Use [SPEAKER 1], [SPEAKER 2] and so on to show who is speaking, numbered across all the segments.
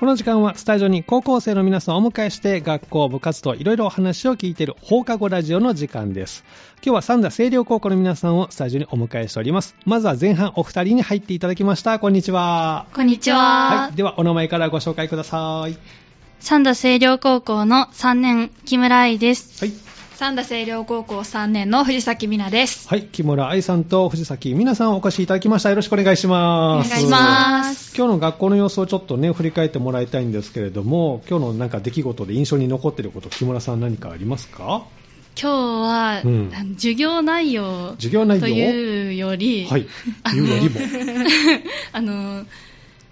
[SPEAKER 1] この時間はスタジオに高校生の皆さんをお迎えして学校、部活といろいろお話を聞いている放課後ラジオの時間です。今日は三田清涼高校の皆さんをスタジオにお迎えしております。まずは前半お二人に入っていただきました。こんにちは。
[SPEAKER 2] こんにちは。
[SPEAKER 1] はい。ではお名前からご紹介ください。
[SPEAKER 2] 三田清涼高校の3年、木村愛です。
[SPEAKER 1] はい。
[SPEAKER 3] 三田清涼高校3年の藤崎美奈です。
[SPEAKER 1] はい。木村愛さんと藤崎美奈さんお越しいただきました。よろしくお願いし
[SPEAKER 3] お
[SPEAKER 1] ま
[SPEAKER 3] 願
[SPEAKER 1] す。
[SPEAKER 3] いします。
[SPEAKER 1] 今日の学校の様子をちょっとね、振り返ってもらいたいんですけれども、今日のなんか出来事で印象に残っていること、木村さん何かありますか
[SPEAKER 2] 今日は、
[SPEAKER 1] うん
[SPEAKER 2] あの授業内容
[SPEAKER 1] 授業内容
[SPEAKER 2] というより、
[SPEAKER 1] はい。言うよ りも。
[SPEAKER 2] あの、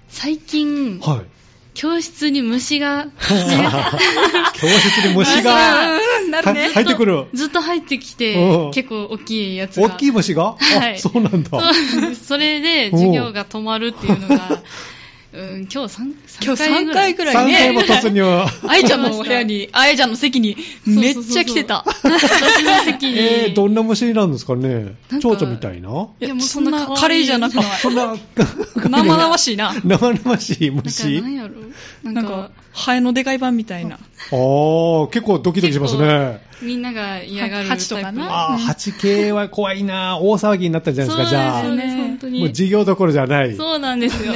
[SPEAKER 2] 最近、
[SPEAKER 1] はい。
[SPEAKER 2] 教室に虫が、
[SPEAKER 1] 教室に虫がは
[SPEAKER 3] なるね。
[SPEAKER 1] 入ってくる。
[SPEAKER 2] ずっと入ってき
[SPEAKER 1] うん
[SPEAKER 2] て、結構大きいやつが。
[SPEAKER 1] 大きい虫が、
[SPEAKER 2] は
[SPEAKER 1] あ、
[SPEAKER 2] い
[SPEAKER 1] そうなんだ。
[SPEAKER 2] そうそれで授業が止まるっていうのが、うん、今日 3,
[SPEAKER 3] 今日3回ぐ
[SPEAKER 1] 3
[SPEAKER 3] らい
[SPEAKER 1] 回も
[SPEAKER 3] ね。
[SPEAKER 1] 突 入。
[SPEAKER 3] あいちゃんのお部屋に、あいちゃんの席にめっちゃ来て た。
[SPEAKER 2] 私の席に。
[SPEAKER 1] えー、どんな虫なんですかね
[SPEAKER 2] なんか
[SPEAKER 1] 蝶々みたいない
[SPEAKER 3] や
[SPEAKER 2] でも
[SPEAKER 3] そんな
[SPEAKER 2] そんな
[SPEAKER 3] カレーじゃなくて
[SPEAKER 2] 可、
[SPEAKER 1] そんな、
[SPEAKER 3] 生々しいな。
[SPEAKER 1] 生々しい
[SPEAKER 2] なんかなん
[SPEAKER 1] 虫
[SPEAKER 2] やろなん
[SPEAKER 3] な
[SPEAKER 2] か
[SPEAKER 3] んか、ハエのでかい版みたい
[SPEAKER 1] あ
[SPEAKER 3] な。
[SPEAKER 1] ー、結構ドキドキしますね。
[SPEAKER 2] みんなが嫌がるタイプ
[SPEAKER 3] 蜂とかな
[SPEAKER 1] あー、蜂系は怖いな大騒ぎになったんじゃないですか、じゃあ。
[SPEAKER 2] そうなんです、
[SPEAKER 3] ね
[SPEAKER 2] 本当に。
[SPEAKER 1] もう授業どころじゃない。
[SPEAKER 2] そうなんで すよ。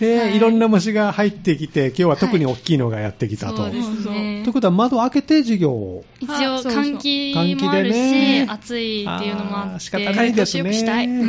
[SPEAKER 1] えー
[SPEAKER 2] はい
[SPEAKER 1] いろんな虫が入ってきて、今日は特に大きいのがやってきたと。
[SPEAKER 2] そうですね
[SPEAKER 1] という。ことは窓を開けて授業を。
[SPEAKER 2] 一
[SPEAKER 3] あ
[SPEAKER 2] 応
[SPEAKER 3] そうそう
[SPEAKER 2] 換気
[SPEAKER 1] 換気
[SPEAKER 2] もあ
[SPEAKER 1] で
[SPEAKER 2] るし、
[SPEAKER 1] ね
[SPEAKER 2] 暑いっていうのもあ
[SPEAKER 1] あー
[SPEAKER 2] って。
[SPEAKER 1] 仕方ないです
[SPEAKER 3] 年を
[SPEAKER 1] ね。
[SPEAKER 3] 越したいうん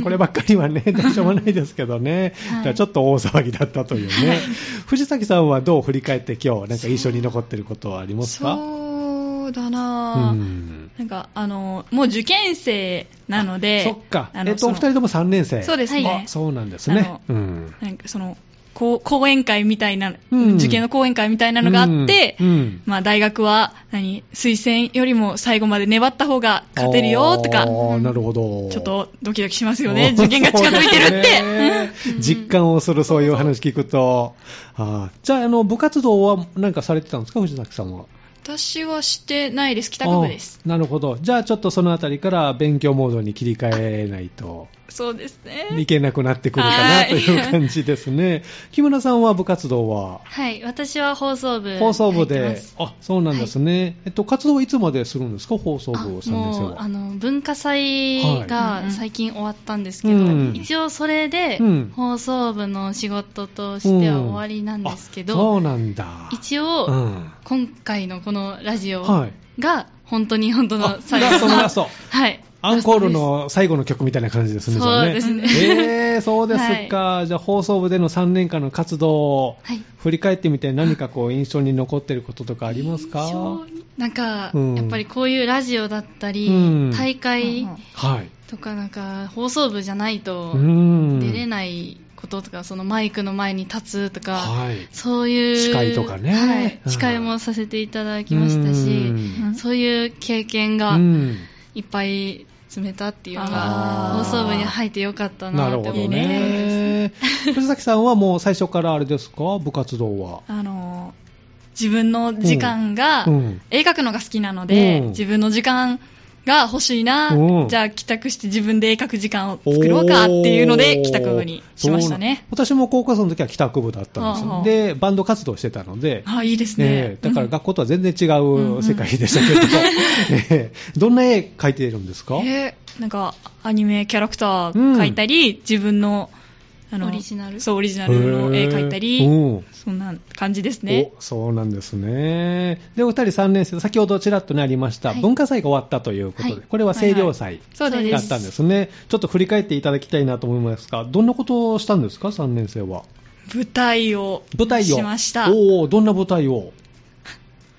[SPEAKER 1] うん こればっかりはね、どうしようもないですけどね。
[SPEAKER 2] はい
[SPEAKER 1] じゃあちょっと大騒ぎだったというね。藤崎さんはどう振り返って今日、なんか印象に残ってることはありますか
[SPEAKER 3] そうだ
[SPEAKER 1] う
[SPEAKER 3] なぁ。
[SPEAKER 1] ん。
[SPEAKER 3] なんか、あの、もう受験生なので、
[SPEAKER 1] そっか。
[SPEAKER 3] あ
[SPEAKER 1] えっと、お二人とも3年生。
[SPEAKER 3] そうですね
[SPEAKER 1] あそうなんですね。
[SPEAKER 3] あ
[SPEAKER 1] うん。
[SPEAKER 3] なんかその、こう講演会みたいな、
[SPEAKER 1] うん
[SPEAKER 3] 受験の講演会みたいなのがあって、
[SPEAKER 1] うんうん
[SPEAKER 3] まあ大学は、何、推薦よりも最後まで粘った方が勝てるよとか、
[SPEAKER 1] あ
[SPEAKER 3] ち
[SPEAKER 1] ーなるほど。
[SPEAKER 3] ょっとドキドキしますよね、受験が近づいてる
[SPEAKER 1] そ
[SPEAKER 3] って。
[SPEAKER 1] うですね実感をする、そういうお話聞くと。あーじゃあ、あの、部活動は何かされてたんですか、藤崎さんは。
[SPEAKER 3] 私はしてないです、帰宅部です。
[SPEAKER 1] あー。なるほど。じゃあ、ちょっとそのあたりから勉強モードに切り替えないと
[SPEAKER 3] そうですね。
[SPEAKER 1] いけなくなってくるかな
[SPEAKER 3] はい
[SPEAKER 1] という感じです ね。木村さんは部活動は
[SPEAKER 2] はい、私は放送部。
[SPEAKER 1] 放送部
[SPEAKER 2] 入ってま
[SPEAKER 1] で、
[SPEAKER 2] す
[SPEAKER 1] あ、そうなんですね。えっと、活動はいつまでするんですか、放送部
[SPEAKER 2] あ
[SPEAKER 1] 3年生
[SPEAKER 2] もう
[SPEAKER 1] は。
[SPEAKER 2] あの文化祭
[SPEAKER 3] はい
[SPEAKER 2] が最近終わったんですけど、
[SPEAKER 1] うん
[SPEAKER 2] 一応それで
[SPEAKER 1] うん
[SPEAKER 2] 放送部の仕事としては終わりなんですけ
[SPEAKER 1] あ
[SPEAKER 2] ど、
[SPEAKER 1] そうなんだ。
[SPEAKER 2] 一
[SPEAKER 1] う
[SPEAKER 2] 応
[SPEAKER 1] ん。
[SPEAKER 2] 今回のこのラジオ
[SPEAKER 1] はい。
[SPEAKER 2] が本当に本当
[SPEAKER 1] あ
[SPEAKER 2] の最
[SPEAKER 1] ラス
[SPEAKER 2] 後
[SPEAKER 1] トの
[SPEAKER 2] の
[SPEAKER 1] ラスト。
[SPEAKER 2] はい
[SPEAKER 1] アンコールの最後の曲みたいな感じですね、じゃあ
[SPEAKER 2] そう
[SPEAKER 3] です
[SPEAKER 1] ね。えー、そうですか。じゃあ、放送部での3年間の活動を
[SPEAKER 2] はい
[SPEAKER 1] 振り返ってみて、何かこう、印象に残ってることとかありますか
[SPEAKER 2] なんか、
[SPEAKER 1] うん
[SPEAKER 2] やっぱりこういうラジオだったり、
[SPEAKER 1] うん
[SPEAKER 2] 大会
[SPEAKER 1] はい。
[SPEAKER 2] とかなんか放送部じゃないと
[SPEAKER 1] ん
[SPEAKER 2] 出れないこととか、そのマイクの前に立つとか、
[SPEAKER 1] はい。
[SPEAKER 2] そういう
[SPEAKER 1] 司会とかね
[SPEAKER 2] はい
[SPEAKER 1] うん
[SPEAKER 2] 司会もさせていただきましたし、
[SPEAKER 3] うん
[SPEAKER 2] そういう経験
[SPEAKER 1] う
[SPEAKER 2] が
[SPEAKER 1] ん。
[SPEAKER 2] いっぱい詰めたっていうのが
[SPEAKER 3] あ
[SPEAKER 2] 放
[SPEAKER 3] ー
[SPEAKER 2] 送部に入ってよかった
[SPEAKER 1] な
[SPEAKER 2] な
[SPEAKER 1] る
[SPEAKER 2] って
[SPEAKER 1] ほ
[SPEAKER 2] 思
[SPEAKER 1] ど
[SPEAKER 2] う
[SPEAKER 1] ね。藤崎さんはもう最初からあれですか部活動は。
[SPEAKER 3] あの、自分の時間が、
[SPEAKER 1] うん。
[SPEAKER 3] 絵描くのが好きなので、
[SPEAKER 1] うん
[SPEAKER 3] 自分の時間が欲しいな、
[SPEAKER 1] うん
[SPEAKER 3] じゃあ帰宅して自分で絵描く時間を作ろうかっていうので
[SPEAKER 1] おー
[SPEAKER 3] 帰宅部にしましたね。
[SPEAKER 1] そう私も高校生の時は帰宅部だったんです
[SPEAKER 3] はあは
[SPEAKER 1] よ。
[SPEAKER 3] あ
[SPEAKER 1] で、バンド活動してたので、
[SPEAKER 3] あいいです
[SPEAKER 1] え
[SPEAKER 3] ね
[SPEAKER 1] え。だから学校とは全然違
[SPEAKER 3] ん
[SPEAKER 1] う世界でしたけど、 ええどんな絵描いているんですか、
[SPEAKER 3] うんえーなんかアニメキャラクター描いたり、自分のあ
[SPEAKER 2] オリジナル
[SPEAKER 3] そうオリジナルの絵描いた
[SPEAKER 1] へえ
[SPEAKER 3] り、
[SPEAKER 1] うん
[SPEAKER 3] そんな感じですね。
[SPEAKER 1] おそうなんですね。で、お二人3年生、先ほどちらっとね、ありました、
[SPEAKER 2] はい
[SPEAKER 1] 文化祭が終わったということで、
[SPEAKER 2] はい
[SPEAKER 1] これは清涼祭
[SPEAKER 3] そうです。
[SPEAKER 1] だったんですね、ちょっと振り返っていただきたいなと思いますが、どんなことをしたんですか、3年生は。
[SPEAKER 3] 舞台を
[SPEAKER 1] 舞台を。
[SPEAKER 3] しました。
[SPEAKER 1] おおどんな舞台を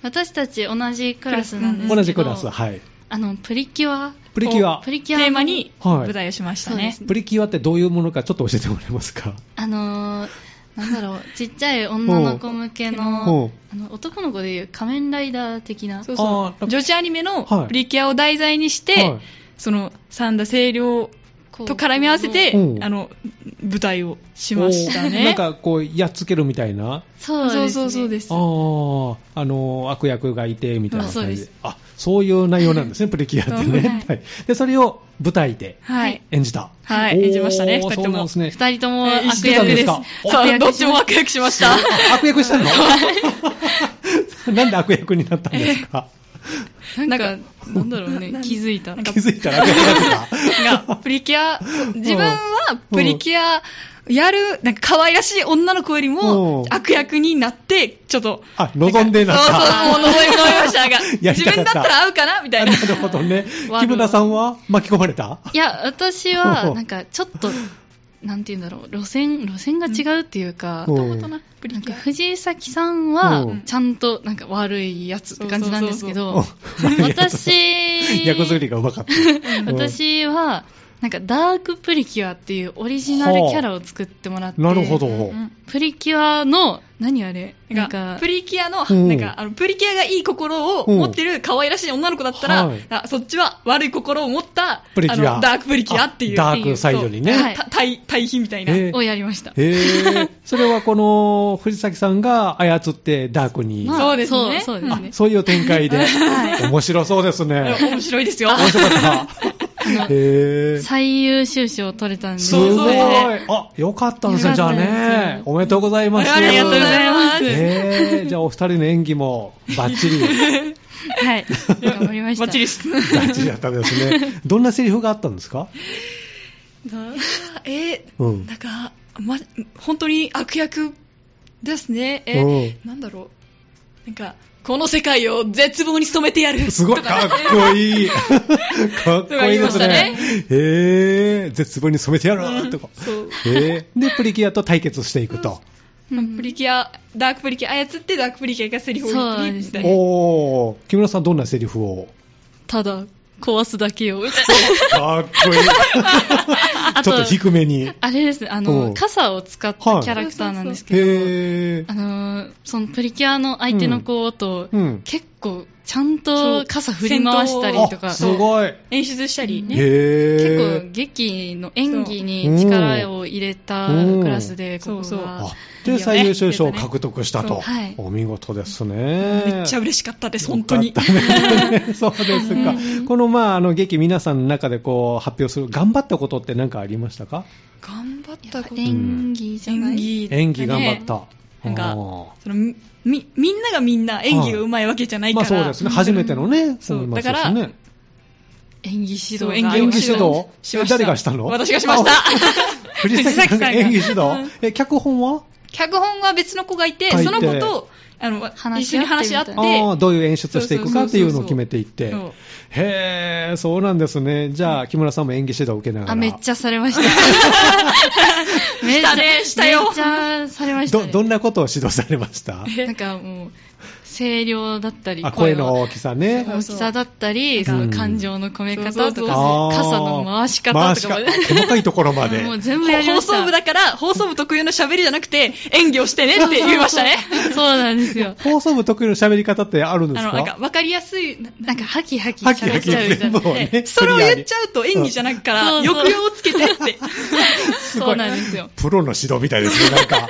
[SPEAKER 2] 私たち同じクラスなんですけど
[SPEAKER 1] 同じクラス、はい。
[SPEAKER 2] あのプリキュア
[SPEAKER 1] プリキュア
[SPEAKER 2] プ。リキュ
[SPEAKER 3] テ
[SPEAKER 2] アの
[SPEAKER 3] ーマに
[SPEAKER 1] はい
[SPEAKER 3] 舞台をしました
[SPEAKER 2] そうで
[SPEAKER 3] ね
[SPEAKER 2] す。ね
[SPEAKER 1] プリキュアってどういうものか、ちょっと教えてもらえますか。
[SPEAKER 2] あのーなんだろうちっちゃい女の子向け
[SPEAKER 1] おう
[SPEAKER 2] のあの男の子でいう仮面ライダー的な
[SPEAKER 3] そう
[SPEAKER 1] あ
[SPEAKER 3] そ
[SPEAKER 1] ー
[SPEAKER 3] う。女子アニメの
[SPEAKER 1] はい
[SPEAKER 3] プリキュアを題材にして、
[SPEAKER 1] はい
[SPEAKER 3] その、三田清涼
[SPEAKER 2] こと
[SPEAKER 3] 絡み合わせて、
[SPEAKER 1] うん
[SPEAKER 3] あの、舞台をしました
[SPEAKER 1] おー
[SPEAKER 3] ね。
[SPEAKER 1] なんかこう、やっつけるみたいな。
[SPEAKER 2] そうです、
[SPEAKER 3] そ
[SPEAKER 2] ね、
[SPEAKER 3] うそうそうです
[SPEAKER 1] あ。あ、あの、悪役がいて、みたいな
[SPEAKER 2] あそう
[SPEAKER 1] 感
[SPEAKER 2] で
[SPEAKER 1] じ
[SPEAKER 2] す。
[SPEAKER 1] あ、そういう内容なんですね、 プリキュアってね。
[SPEAKER 3] そうはい
[SPEAKER 1] はい、でそれを舞台で
[SPEAKER 3] はい。
[SPEAKER 1] 演じた。
[SPEAKER 3] はい
[SPEAKER 1] おー
[SPEAKER 3] 演じましたね二人と
[SPEAKER 1] そう
[SPEAKER 3] も
[SPEAKER 1] なんですね。
[SPEAKER 2] 二人とも
[SPEAKER 3] え
[SPEAKER 2] 悪
[SPEAKER 3] ー
[SPEAKER 1] 知ってたん
[SPEAKER 2] 役
[SPEAKER 1] で
[SPEAKER 2] ですす。
[SPEAKER 1] か
[SPEAKER 3] そ
[SPEAKER 2] 悪
[SPEAKER 3] う、
[SPEAKER 2] 役
[SPEAKER 3] ど
[SPEAKER 2] で
[SPEAKER 3] っ
[SPEAKER 2] す
[SPEAKER 3] ちも悪役しました。
[SPEAKER 1] あ 悪役したの なんで悪役になったんですか
[SPEAKER 2] なんか、なんだろうね
[SPEAKER 3] な、
[SPEAKER 2] 気づいたら。
[SPEAKER 3] なんか
[SPEAKER 1] 気づいたら悪役になってた。
[SPEAKER 3] が、プリキュア、自分はプリキュアやる、なんか可愛らしい女の子より
[SPEAKER 1] うん
[SPEAKER 3] も悪役になって、ちょっと。
[SPEAKER 1] あ、望んでなかった。
[SPEAKER 3] そうそう、もう望みましたが、
[SPEAKER 1] や
[SPEAKER 3] 自
[SPEAKER 1] りたか
[SPEAKER 3] 分
[SPEAKER 1] っ
[SPEAKER 3] だ
[SPEAKER 1] た
[SPEAKER 3] ったら合うかなみたいな。
[SPEAKER 1] なるほどね。
[SPEAKER 2] 悪
[SPEAKER 1] 木村さんは巻き込まれた
[SPEAKER 2] いや、私
[SPEAKER 1] ほうほ
[SPEAKER 2] は、
[SPEAKER 1] う
[SPEAKER 2] なんか、ちょっと、なんて言うんだろう、路線、路線が違うっていうか、
[SPEAKER 1] うん
[SPEAKER 3] 元々なプ
[SPEAKER 2] な
[SPEAKER 3] リ
[SPEAKER 2] ん
[SPEAKER 3] キ
[SPEAKER 2] か
[SPEAKER 3] ュア
[SPEAKER 2] 藤井咲さん
[SPEAKER 1] う
[SPEAKER 2] は
[SPEAKER 1] ん、
[SPEAKER 2] ちゃんと、なんか悪いやつって感じなんですけど、
[SPEAKER 1] うん
[SPEAKER 2] 私、
[SPEAKER 1] 役作りがうまかった。
[SPEAKER 2] 私は、なんか、ダークプリキュアっていうオリジナルキャラを作ってもらって、
[SPEAKER 1] なるほど。
[SPEAKER 3] うん
[SPEAKER 2] プリキュアの、何あれ
[SPEAKER 3] な
[SPEAKER 2] なんん
[SPEAKER 3] か
[SPEAKER 2] か、
[SPEAKER 3] プリキュアの、
[SPEAKER 1] うん
[SPEAKER 3] なんか、あの、プリキュアがいい心を持ってる可愛らしい女の子だったら、
[SPEAKER 1] はい
[SPEAKER 3] あそっちは悪い心を持った、
[SPEAKER 1] プリキュア
[SPEAKER 3] あのダークプリキュアっていう。
[SPEAKER 1] あダークサイドにね
[SPEAKER 3] そう
[SPEAKER 2] はい
[SPEAKER 3] た対、対比みたいな。
[SPEAKER 1] えー
[SPEAKER 2] をやりました。
[SPEAKER 1] へーそれはこの藤崎さんが操ってダークに、
[SPEAKER 2] まあ
[SPEAKER 3] そうですね
[SPEAKER 2] そうそうですね
[SPEAKER 1] あ。そういう展開で、面白そうですね。
[SPEAKER 3] 面白いですよ。
[SPEAKER 1] 面白かった。へー
[SPEAKER 2] 最優秀賞を取れたんで、
[SPEAKER 1] すごい
[SPEAKER 3] そうそう。
[SPEAKER 1] あ、よかったですね。じゃあ
[SPEAKER 2] よかったです
[SPEAKER 1] ね
[SPEAKER 2] よ。
[SPEAKER 1] おめでとうございます。
[SPEAKER 3] ありがとうございます
[SPEAKER 1] へーじゃあお二人の演技もバッチリ、
[SPEAKER 2] はい。頑張りました。
[SPEAKER 3] バッチリです。
[SPEAKER 1] バッチリだったんですね。どんなセリフがあったんですか
[SPEAKER 3] えー
[SPEAKER 1] うん
[SPEAKER 3] なんか、ま、本当に悪役ですね。えーなんだろう。なんか、この世界を絶望に染めてやる。
[SPEAKER 1] すごい、
[SPEAKER 3] と
[SPEAKER 1] かっこいい。かっこいいですね。へー絶望に染めてやろうとか。
[SPEAKER 3] そう。
[SPEAKER 1] へーで、プリキュアと対決していくと。
[SPEAKER 2] うん
[SPEAKER 3] プリキュア、ダークプリキュア操ってダークプリキュアがセリフを言ってみたいな。
[SPEAKER 1] おー、木村さんどんなセリフを
[SPEAKER 2] ただ、壊すだ けよ。
[SPEAKER 1] かっこいい。
[SPEAKER 2] あ
[SPEAKER 1] ちょ
[SPEAKER 2] と
[SPEAKER 1] っと、低めに。
[SPEAKER 2] あれですね、あ
[SPEAKER 1] うん
[SPEAKER 2] の、傘を使ったキャラクターなんですけど、
[SPEAKER 1] へー
[SPEAKER 2] あの、そのプリキュアの相手の子と、
[SPEAKER 1] うん。
[SPEAKER 2] 結構、ちゃんと傘振り回したりと
[SPEAKER 1] あ
[SPEAKER 2] か、
[SPEAKER 1] すごい。
[SPEAKER 3] 演出したりね。
[SPEAKER 1] へ
[SPEAKER 2] 結
[SPEAKER 1] ー
[SPEAKER 2] 構劇の演技に力を入れたクラスで、
[SPEAKER 3] そう
[SPEAKER 2] ここ
[SPEAKER 3] そうそう
[SPEAKER 2] が
[SPEAKER 1] あ。で、
[SPEAKER 3] いいよね
[SPEAKER 1] 最優秀賞を獲得した
[SPEAKER 3] そ
[SPEAKER 1] と
[SPEAKER 3] う
[SPEAKER 2] はい。
[SPEAKER 1] お見事ですね。
[SPEAKER 3] めっちゃ嬉しかったです、本当に
[SPEAKER 1] よ。かった ねそうですか。この、まあ、あの、劇皆さんの中でこう、発表する、頑張ったことって何かありましたか
[SPEAKER 3] 頑張っ
[SPEAKER 2] や
[SPEAKER 3] た
[SPEAKER 2] っぱ
[SPEAKER 3] こと。
[SPEAKER 2] 演技じゃない、
[SPEAKER 3] 演技、
[SPEAKER 1] 演技頑張っ。た。
[SPEAKER 3] なんか
[SPEAKER 1] あー
[SPEAKER 3] そのみみみんながみんな演技が上手いわけじゃないか
[SPEAKER 1] まあ
[SPEAKER 3] ら、
[SPEAKER 1] そうですね。初めてのね、
[SPEAKER 3] そう
[SPEAKER 1] 思います
[SPEAKER 3] だから
[SPEAKER 1] ね
[SPEAKER 2] 演技指導が
[SPEAKER 3] 演技
[SPEAKER 1] 演技指
[SPEAKER 3] 指
[SPEAKER 1] 導
[SPEAKER 3] 導しました
[SPEAKER 1] 誰がしたの
[SPEAKER 3] 私がしました。
[SPEAKER 1] 藤崎さんが
[SPEAKER 3] 藤崎さんが
[SPEAKER 1] 演技指導え、脚本は
[SPEAKER 3] 脚本は別の子がいて、
[SPEAKER 1] 書いて
[SPEAKER 3] その子とあの
[SPEAKER 2] 話
[SPEAKER 3] 一
[SPEAKER 2] し
[SPEAKER 3] 緒
[SPEAKER 2] 合って
[SPEAKER 3] に話し合っ
[SPEAKER 2] みた
[SPEAKER 1] ああ、
[SPEAKER 3] て、
[SPEAKER 1] どういう演出していくかっていうのを決めていって
[SPEAKER 3] そう。
[SPEAKER 1] へえ、そうなんですね。じゃあ、木村さんも演技指導を受けながら。
[SPEAKER 2] あ、めっちゃされました。 めっちゃ
[SPEAKER 3] したねしたよ
[SPEAKER 2] めっちゃされました、
[SPEAKER 1] ど、
[SPEAKER 2] ね。
[SPEAKER 1] どんなことを指導されました
[SPEAKER 2] なんかもう、声量だったり、
[SPEAKER 1] あ声の
[SPEAKER 2] の
[SPEAKER 1] 大きさね。
[SPEAKER 2] 大きさだったり、
[SPEAKER 1] そう
[SPEAKER 2] そ
[SPEAKER 1] うん
[SPEAKER 2] の感情の込め方
[SPEAKER 3] そう
[SPEAKER 2] と
[SPEAKER 3] そう
[SPEAKER 1] あ
[SPEAKER 2] か
[SPEAKER 1] ー、
[SPEAKER 2] 傘の回し方とかま
[SPEAKER 1] 回し方細かいところま
[SPEAKER 2] で、
[SPEAKER 1] で。
[SPEAKER 2] もう全部やりま
[SPEAKER 3] 放
[SPEAKER 2] した。
[SPEAKER 3] 送部だから、放送部特有の喋りじゃなくて、演技をしてねって言いましたね。
[SPEAKER 2] そうなんですよ。
[SPEAKER 1] 放送部特有の喋り方ってあるんで
[SPEAKER 3] あ
[SPEAKER 1] す
[SPEAKER 3] の、
[SPEAKER 1] か
[SPEAKER 3] なんか、わかりやすい、な
[SPEAKER 2] なんか、ハキハキ
[SPEAKER 1] はっきり
[SPEAKER 2] 喋
[SPEAKER 1] は
[SPEAKER 2] っ
[SPEAKER 1] っきり
[SPEAKER 2] ちゃうみた
[SPEAKER 1] 全
[SPEAKER 2] い
[SPEAKER 1] 部
[SPEAKER 2] な。
[SPEAKER 1] をね。
[SPEAKER 3] それを言っち
[SPEAKER 1] ゃ
[SPEAKER 3] ゃうと演技じゃなくから、
[SPEAKER 2] そう そう
[SPEAKER 3] 抑揚をつけてって、
[SPEAKER 2] そうなんですよ。
[SPEAKER 1] プロの指導みたいですね、なんか。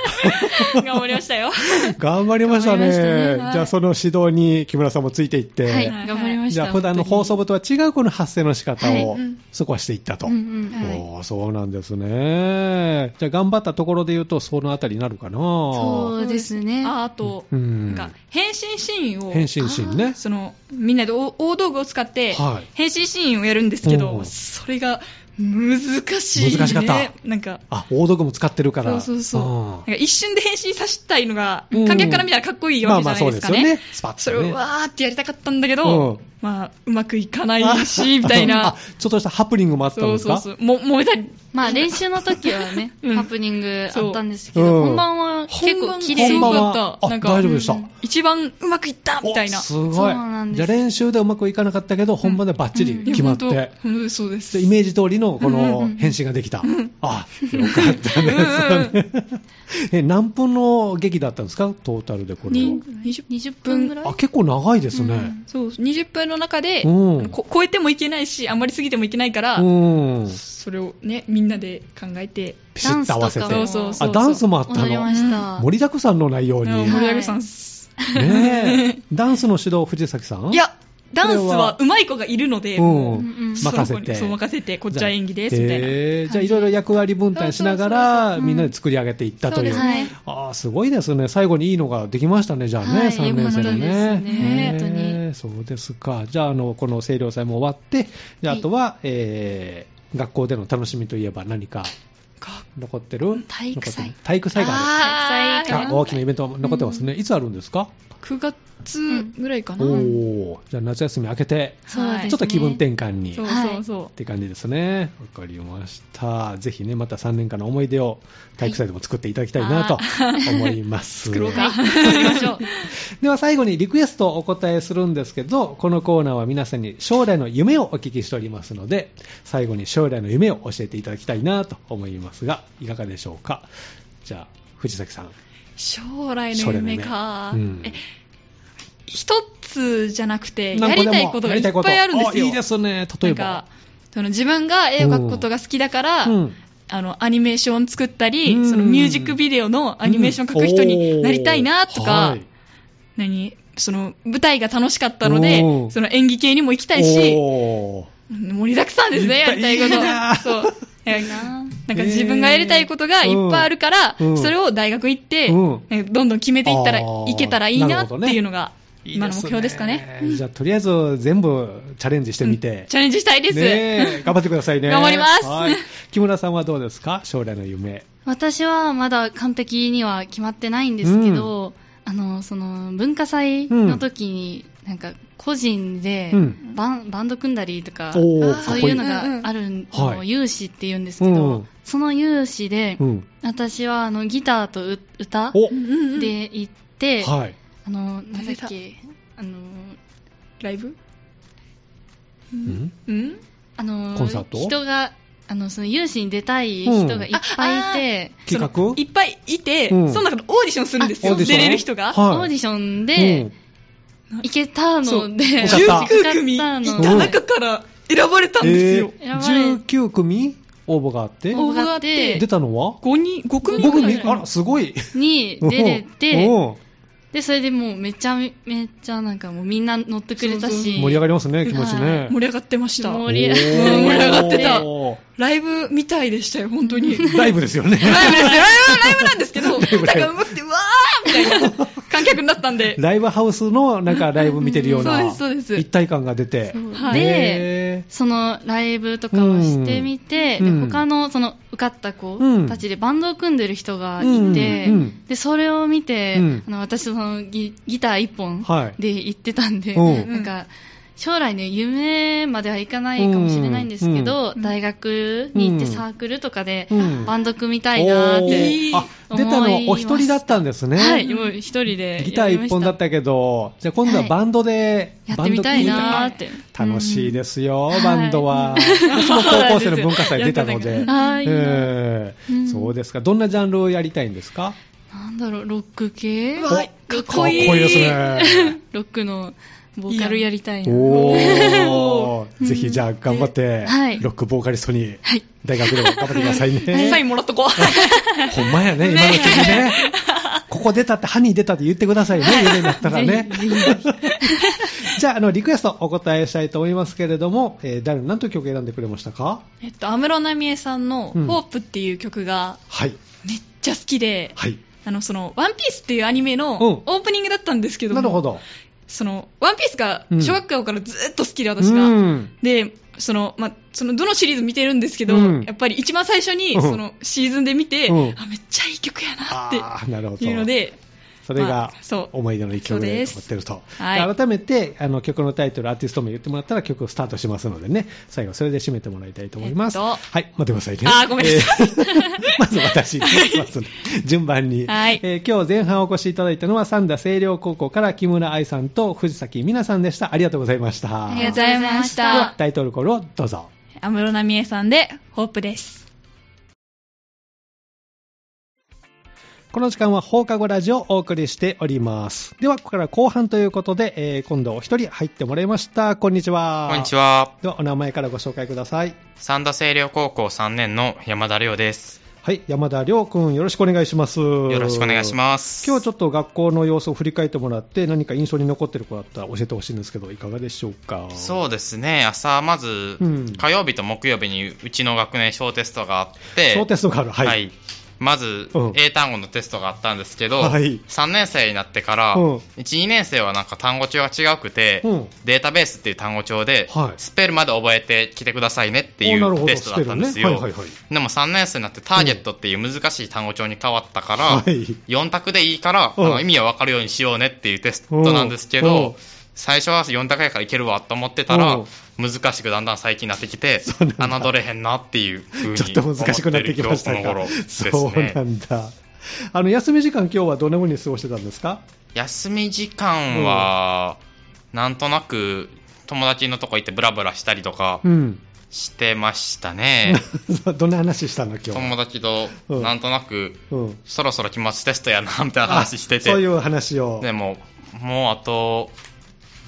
[SPEAKER 3] 頑張りましたよ。
[SPEAKER 1] 頑張りましたね。
[SPEAKER 2] 頑張りましたねはい
[SPEAKER 1] じゃあ、その指導に木村さんもついていって。
[SPEAKER 2] はい、
[SPEAKER 3] はい
[SPEAKER 2] 頑張りました。
[SPEAKER 1] じゃあ、普段の放
[SPEAKER 2] 本当
[SPEAKER 1] 送部
[SPEAKER 2] に
[SPEAKER 1] とは違うこの発声の仕方を
[SPEAKER 3] はいうん、
[SPEAKER 1] そこはしていったと。
[SPEAKER 2] うんうん
[SPEAKER 3] はい
[SPEAKER 1] おーそうなんですね。じゃあ、頑張ったところで言うと、そのあたりになるかな。
[SPEAKER 2] そうですね。
[SPEAKER 3] あ、あと、
[SPEAKER 1] うん。
[SPEAKER 3] なんか、変身シーンを、
[SPEAKER 1] 変身シーンね。
[SPEAKER 3] その、みんなで大大道具を使って、
[SPEAKER 1] はい
[SPEAKER 3] 変身シーンをやるんですけ
[SPEAKER 1] おう
[SPEAKER 3] ど、それが難しい、ね。
[SPEAKER 1] 難しかった
[SPEAKER 3] なんか、
[SPEAKER 1] あ、大道具も使ってるから。
[SPEAKER 3] そうそうそう。
[SPEAKER 1] ん
[SPEAKER 3] なんか一瞬で変身させたいのが、
[SPEAKER 1] うん
[SPEAKER 3] 観客から見たらかっこいいわけじゃないですかね。
[SPEAKER 1] まあまあそうですよね。スパッ
[SPEAKER 3] そ
[SPEAKER 1] と
[SPEAKER 3] れを
[SPEAKER 1] ね。
[SPEAKER 3] わーってやりたかったんだけ
[SPEAKER 1] う
[SPEAKER 3] ど、
[SPEAKER 1] ん
[SPEAKER 3] まあ、うまくいかない し、みたい
[SPEAKER 1] あ
[SPEAKER 3] な。
[SPEAKER 1] ちょっとしたハプニングもあったん
[SPEAKER 3] そ
[SPEAKER 1] で
[SPEAKER 3] う
[SPEAKER 1] す
[SPEAKER 3] そう
[SPEAKER 1] か
[SPEAKER 3] そう。も、揉めたり。、
[SPEAKER 2] まあ練習の時はね
[SPEAKER 3] うん
[SPEAKER 2] ハプニングあったんですけ
[SPEAKER 1] そう
[SPEAKER 2] ど、
[SPEAKER 1] うん
[SPEAKER 2] 本番は結構綺麗
[SPEAKER 1] 本
[SPEAKER 2] に。
[SPEAKER 1] 番
[SPEAKER 3] そう
[SPEAKER 1] は
[SPEAKER 3] だった
[SPEAKER 1] あ
[SPEAKER 3] なんか
[SPEAKER 1] 大丈夫でした。
[SPEAKER 2] うん
[SPEAKER 3] 一番うまくいったみたいな。
[SPEAKER 1] おすご
[SPEAKER 2] そう
[SPEAKER 1] い
[SPEAKER 2] なん。です
[SPEAKER 1] じゃあ練習でうまくいかなかったけど、本番でバッチリ
[SPEAKER 2] うん
[SPEAKER 1] 決まって。
[SPEAKER 3] いや本当本当そうです。
[SPEAKER 1] でイメージ通りのこ
[SPEAKER 2] うんう
[SPEAKER 1] の
[SPEAKER 2] んうん
[SPEAKER 1] 返信ができた。あ、よかったね。そうねえ、何分の劇だったんですかトータルでこれ
[SPEAKER 3] に
[SPEAKER 1] は。
[SPEAKER 3] 20
[SPEAKER 2] 20分ぐらい
[SPEAKER 1] あ、結構長いですね。
[SPEAKER 3] そう、20分の中で、
[SPEAKER 1] うん
[SPEAKER 3] あのこ超えてもいけないし、あんまり過ぎてもいけないから、
[SPEAKER 1] うん。
[SPEAKER 3] それをね、みんなで考えて、
[SPEAKER 1] ピシッと合わせて。
[SPEAKER 2] ダンス
[SPEAKER 3] そ
[SPEAKER 2] とかも
[SPEAKER 3] うそう
[SPEAKER 1] あ、
[SPEAKER 3] そう
[SPEAKER 1] ダンスもあった
[SPEAKER 2] 踊りま
[SPEAKER 1] の。
[SPEAKER 2] した。
[SPEAKER 1] 盛りだくさんの内容
[SPEAKER 3] あの
[SPEAKER 1] に。
[SPEAKER 3] 森
[SPEAKER 1] ね
[SPEAKER 3] 上さんっす、
[SPEAKER 1] え。ダンスの指導、藤崎さん
[SPEAKER 3] いや、ダンスは上手い子がいるので、
[SPEAKER 1] うん
[SPEAKER 3] も
[SPEAKER 2] うんうん
[SPEAKER 3] う
[SPEAKER 1] ま任せて
[SPEAKER 3] その子にそう任せて、こっちは演技です、みたいな。
[SPEAKER 1] えーじゃあいろいろ役割分担しなが
[SPEAKER 3] そうそうそう
[SPEAKER 1] ら
[SPEAKER 3] そう
[SPEAKER 1] みんなで作り上げていったという。
[SPEAKER 2] そうですね
[SPEAKER 1] ああすごいですね。最後にいいのができましたねじゃあね、
[SPEAKER 2] はい
[SPEAKER 1] 3年生のね。
[SPEAKER 2] よかったですね
[SPEAKER 1] え
[SPEAKER 2] 本当に
[SPEAKER 1] ーそうですか。じゃああのこの清涼祭も終わって、じゃああとは、えー学校での楽しみといえば何か残ってる？
[SPEAKER 2] 体育祭
[SPEAKER 1] 残ってる体育祭がある。
[SPEAKER 2] あー
[SPEAKER 1] あ大きなイベント残ってますね。いつあるんですか？
[SPEAKER 3] 9月ぐらいか
[SPEAKER 1] お
[SPEAKER 3] な。
[SPEAKER 1] おーじゃあ夏休み明けて
[SPEAKER 2] そうですね
[SPEAKER 1] ちょっと気分転換に。
[SPEAKER 3] そうそうそ
[SPEAKER 1] って感じですね。わかりました。ぜひね、また3年間の思い出を体育祭でも作っていただきたいなと思います。
[SPEAKER 3] 作ろうか
[SPEAKER 2] 行きましょう。
[SPEAKER 1] では最後にリクエストをお答えするんですけど、このコーナーは皆さんに将来の夢をお聞きしておりますので、最後に将来の夢を教えていただきたいなと思いますが、いかがでしょうか。じゃあ、藤崎さん。
[SPEAKER 3] う。将来の夢か
[SPEAKER 1] 将。来の夢うん
[SPEAKER 3] え一つじゃなくて、やりたいことがいっぱいあるんですよ。
[SPEAKER 1] いいですね。例
[SPEAKER 3] な
[SPEAKER 1] え
[SPEAKER 3] んか
[SPEAKER 1] ば。、
[SPEAKER 3] その自分が絵を描くことが好きだから、
[SPEAKER 1] うん
[SPEAKER 3] あの、アニメーション作ったり、
[SPEAKER 1] うん
[SPEAKER 3] そのミュージックビデオのアニメーション描く人になりたいなとか、
[SPEAKER 1] はい
[SPEAKER 3] 何その舞台が楽しかったので
[SPEAKER 1] おー、
[SPEAKER 3] その演技系にも行きたいし、
[SPEAKER 1] おー
[SPEAKER 3] 盛りだくさんですね、
[SPEAKER 1] いっ
[SPEAKER 3] や
[SPEAKER 1] ぱ
[SPEAKER 3] り
[SPEAKER 1] い
[SPEAKER 3] たいこと。
[SPEAKER 1] いいな
[SPEAKER 3] そう。なんかなんか自分がやりたいことがいっぱいあるから、
[SPEAKER 1] うん
[SPEAKER 3] それを大学行って、
[SPEAKER 1] うん
[SPEAKER 3] なんかどんどん決めていったら
[SPEAKER 1] あー
[SPEAKER 3] いけたらいいなっていうのが、
[SPEAKER 1] いい
[SPEAKER 3] 今
[SPEAKER 1] で
[SPEAKER 3] の
[SPEAKER 1] す
[SPEAKER 3] 目標ですかね。
[SPEAKER 1] ねじゃあ、とりあえず全部チャレンジしてみて。
[SPEAKER 3] チャレンジしたいです。
[SPEAKER 1] ねえ頑張ってくださいね。
[SPEAKER 3] 頑張ります
[SPEAKER 1] はい木村さんはどうですか将来の夢。
[SPEAKER 2] 私はまだ完璧には決まってないんですけど、あのその文化祭の時に、なんか個人で
[SPEAKER 1] うん
[SPEAKER 2] バン,、バンド組んだりとか、
[SPEAKER 1] おー
[SPEAKER 3] あー
[SPEAKER 2] そういうの
[SPEAKER 3] うんうん
[SPEAKER 2] がある
[SPEAKER 1] はい
[SPEAKER 2] あの有志っていうんですけど、
[SPEAKER 1] うん
[SPEAKER 2] その有志で、
[SPEAKER 1] うん。
[SPEAKER 2] 私はあのギターとう歌
[SPEAKER 1] お
[SPEAKER 3] うんうんうん
[SPEAKER 2] で行って、
[SPEAKER 1] はい。
[SPEAKER 2] あのなんだっけあの
[SPEAKER 3] ライブうんうん
[SPEAKER 2] あの
[SPEAKER 1] コンサート
[SPEAKER 2] 人があのその有志に出たい人がいっぱいいて、
[SPEAKER 1] 企画
[SPEAKER 3] そのいっぱいいて、
[SPEAKER 1] うん
[SPEAKER 3] その中でオーディションするんですよ、
[SPEAKER 1] あオーディ
[SPEAKER 3] 出
[SPEAKER 1] ション
[SPEAKER 3] れる人が。
[SPEAKER 1] はい
[SPEAKER 2] オーディションで、
[SPEAKER 1] うん
[SPEAKER 2] 行けた
[SPEAKER 3] そう
[SPEAKER 2] ので、
[SPEAKER 1] 受かった
[SPEAKER 3] 19組いた
[SPEAKER 2] 受かったの
[SPEAKER 3] 中から選ばれたんですよ。
[SPEAKER 1] え
[SPEAKER 2] やばい
[SPEAKER 1] ー、19組応募があって、
[SPEAKER 2] 応募があっ
[SPEAKER 1] 出
[SPEAKER 2] て、
[SPEAKER 1] たのは
[SPEAKER 3] 5人、5組
[SPEAKER 1] 5
[SPEAKER 3] ぐらい
[SPEAKER 1] 組あら、すごい。
[SPEAKER 2] に出れて、
[SPEAKER 1] おー
[SPEAKER 2] で、それでもうめちゃめちゃなんかもうみんな乗ってくれた
[SPEAKER 3] そうそう
[SPEAKER 2] し、
[SPEAKER 1] 盛り上がりますね、気持ち
[SPEAKER 2] は
[SPEAKER 1] ね。
[SPEAKER 3] 盛り上がってました。
[SPEAKER 2] 盛り上
[SPEAKER 1] おー
[SPEAKER 3] 盛り上がってた
[SPEAKER 1] お
[SPEAKER 3] ライブみたいでしたよ、本当に。ライブです
[SPEAKER 1] ーライブですよね。
[SPEAKER 3] よ、ライブライブなんですけど、歌がうまくて、うわーみたいな観客になったんで、
[SPEAKER 1] ライブハウスのなんかライブ見てるような
[SPEAKER 3] うんうんそうですそうです
[SPEAKER 1] 一体感が出て。
[SPEAKER 3] はい
[SPEAKER 2] で
[SPEAKER 1] へ
[SPEAKER 2] そのライブとかをしてみて、
[SPEAKER 1] うん
[SPEAKER 2] で
[SPEAKER 1] うん
[SPEAKER 2] 他のその受かった子たちでバンドを組んでる人がいて、
[SPEAKER 1] うんうん
[SPEAKER 2] でそれを見て、
[SPEAKER 1] うん
[SPEAKER 2] あの私そのギギター一本
[SPEAKER 1] はい
[SPEAKER 2] で行ってたんで、
[SPEAKER 1] うん
[SPEAKER 2] なんか将来ね夢まではいかないかもしれないんですけど、
[SPEAKER 3] うん
[SPEAKER 2] 大学に行って
[SPEAKER 1] うん
[SPEAKER 2] サークルとかで
[SPEAKER 1] うん
[SPEAKER 2] バンド組みたいなーって、
[SPEAKER 1] おーあ出たのお一人だったんですね。
[SPEAKER 2] はいもう一人で
[SPEAKER 1] ギター一本だったけど、じゃあ今度はバンドで、
[SPEAKER 2] やってみたいなーっ
[SPEAKER 1] バンド
[SPEAKER 2] て。
[SPEAKER 1] 楽しいですよ、
[SPEAKER 2] うん
[SPEAKER 1] バンドは。
[SPEAKER 2] はい
[SPEAKER 1] 私も高校生の文化祭出たので。
[SPEAKER 2] はい、
[SPEAKER 1] えー
[SPEAKER 2] うん
[SPEAKER 1] そうですか。どんなジャンルをやりたいんですか
[SPEAKER 2] なんだろう、ロック系
[SPEAKER 3] うわかっこい
[SPEAKER 1] か
[SPEAKER 3] い
[SPEAKER 1] っこいいですね。
[SPEAKER 2] ロックのボーカルやりたいな。
[SPEAKER 1] お
[SPEAKER 3] お
[SPEAKER 1] ー。 ぜひじゃあ頑張って、
[SPEAKER 2] はい
[SPEAKER 1] ロックボーカリストに
[SPEAKER 2] はい、
[SPEAKER 1] 大学でも頑張ってくださいね。
[SPEAKER 3] サインもらっとこう。
[SPEAKER 1] ほんまやね、今の時期ね。ここ出たって、歯に出たって言ってくださいね、夢になったらね。
[SPEAKER 2] ぜひぜひ
[SPEAKER 1] じゃあ、あの、リクエストお答えしたいと思いますけれども、えー、誰の何という曲選んでくれましたか
[SPEAKER 3] えっと、安室奈美恵さんの「
[SPEAKER 1] うん
[SPEAKER 3] ホープっていう曲が
[SPEAKER 1] はい。
[SPEAKER 3] めっちゃ好きで、
[SPEAKER 1] はい。
[SPEAKER 3] あのその「ワンピースっていうアニメ
[SPEAKER 1] うん
[SPEAKER 3] のオープニングだったんですけども
[SPEAKER 1] なるほど。
[SPEAKER 3] そのワンピースが
[SPEAKER 1] うん
[SPEAKER 3] 小学校からずっと好きで私が、
[SPEAKER 1] うん。
[SPEAKER 3] でそのまあそのどのシリーズ見てるんですけど、
[SPEAKER 1] うん
[SPEAKER 3] やっぱり一番最初に
[SPEAKER 1] うん
[SPEAKER 3] そのシーズンで見て、
[SPEAKER 1] うん
[SPEAKER 3] あめっちゃいい曲やな
[SPEAKER 1] ああ、なるほ
[SPEAKER 3] って
[SPEAKER 1] ど。
[SPEAKER 3] いうので
[SPEAKER 1] それ
[SPEAKER 3] ま
[SPEAKER 1] が
[SPEAKER 3] あそう
[SPEAKER 1] 思い出の一曲
[SPEAKER 3] そう
[SPEAKER 1] で
[SPEAKER 3] で
[SPEAKER 1] 残
[SPEAKER 3] す
[SPEAKER 1] ってると。
[SPEAKER 3] はい
[SPEAKER 1] で改めて、あの、曲のタイトル、アーティスト名言ってもらったら曲スタートしますのでね、最後それで締めてもらいたいと思います。
[SPEAKER 3] えっと
[SPEAKER 1] はい、待ってくださいね。
[SPEAKER 3] あーごめんなさい
[SPEAKER 1] えー まず私、まず順番に。
[SPEAKER 3] はい
[SPEAKER 1] えー今日前半お越しいただいたのは、三田清涼高校から木村愛さんと藤崎美奈さんでした。ありがとうございました。
[SPEAKER 2] あ
[SPEAKER 3] りがとうございました
[SPEAKER 1] ではタイトルコールをどうぞ。
[SPEAKER 3] 安室奈美恵さんで「ホープです
[SPEAKER 1] この時間は放課後ラジオをお送りしております。では、ここから後半ということで、えー今度お一人入ってもらいました。こんにちは。
[SPEAKER 4] こんにちは。
[SPEAKER 1] では、お名前からご紹介ください。
[SPEAKER 4] 三田清涼高校3年の山田亮です。
[SPEAKER 1] はい、山田亮君、よろしくお願いします。よ
[SPEAKER 4] よろしくお願いします。
[SPEAKER 1] 今日ちょっと学校の様子を振り返ってもらって、何か印象に残ってる子だったら教えてほしいんですけど、いかがでしょうか。
[SPEAKER 4] そうですね、朝、まず、
[SPEAKER 1] うん
[SPEAKER 4] 火曜日と木曜日にうちの学年小テストがあって、
[SPEAKER 1] 小テストがある。はい。
[SPEAKER 4] はいまず
[SPEAKER 1] うん、
[SPEAKER 4] 英単語のテストがあったんですけど、
[SPEAKER 1] はい
[SPEAKER 4] 3年生になってから、
[SPEAKER 1] うん
[SPEAKER 4] 1、2年生はなんか単語帳が違くて、
[SPEAKER 1] うん
[SPEAKER 4] データベースっていう単語帳で、
[SPEAKER 1] はい
[SPEAKER 4] スペルまで覚えてきてくださいねってい
[SPEAKER 1] おなる
[SPEAKER 4] う
[SPEAKER 1] ほど
[SPEAKER 4] テストだったんです
[SPEAKER 1] スペ
[SPEAKER 4] よ。
[SPEAKER 1] ルねはいはいはい
[SPEAKER 4] でも3年生になってターゲットっていう難しい単語帳に変わったから、
[SPEAKER 1] はい
[SPEAKER 4] 4択でいいから、
[SPEAKER 1] うん
[SPEAKER 4] あの意味は分かるようにしようねっていうテストなんですけ
[SPEAKER 1] うんうん
[SPEAKER 4] ど、最初は4択やからいけるわと思ってた
[SPEAKER 1] う
[SPEAKER 4] ら
[SPEAKER 1] ん、
[SPEAKER 4] 難しくだんだん最近になってきて
[SPEAKER 1] そうな、んだ
[SPEAKER 4] 侮れへんなっていう風に
[SPEAKER 1] ちょっと難しくなってきました
[SPEAKER 4] 思ってる今日
[SPEAKER 1] か
[SPEAKER 4] この頃ですね。
[SPEAKER 1] そうなんだ。あの、休み時間今日はどんな風に過ごしてたんですか
[SPEAKER 4] 休み時間は、なんとなく友達のとこ行ってブラブラしたりとか
[SPEAKER 1] うん。
[SPEAKER 4] してましたね。
[SPEAKER 1] どんな話したの今日。
[SPEAKER 4] 友達と
[SPEAKER 1] うん
[SPEAKER 4] なんとなく、
[SPEAKER 1] うん。
[SPEAKER 4] そろそろ期末テストやな、みたいな話してて。
[SPEAKER 1] あそういう話を。
[SPEAKER 4] でも、もうあと、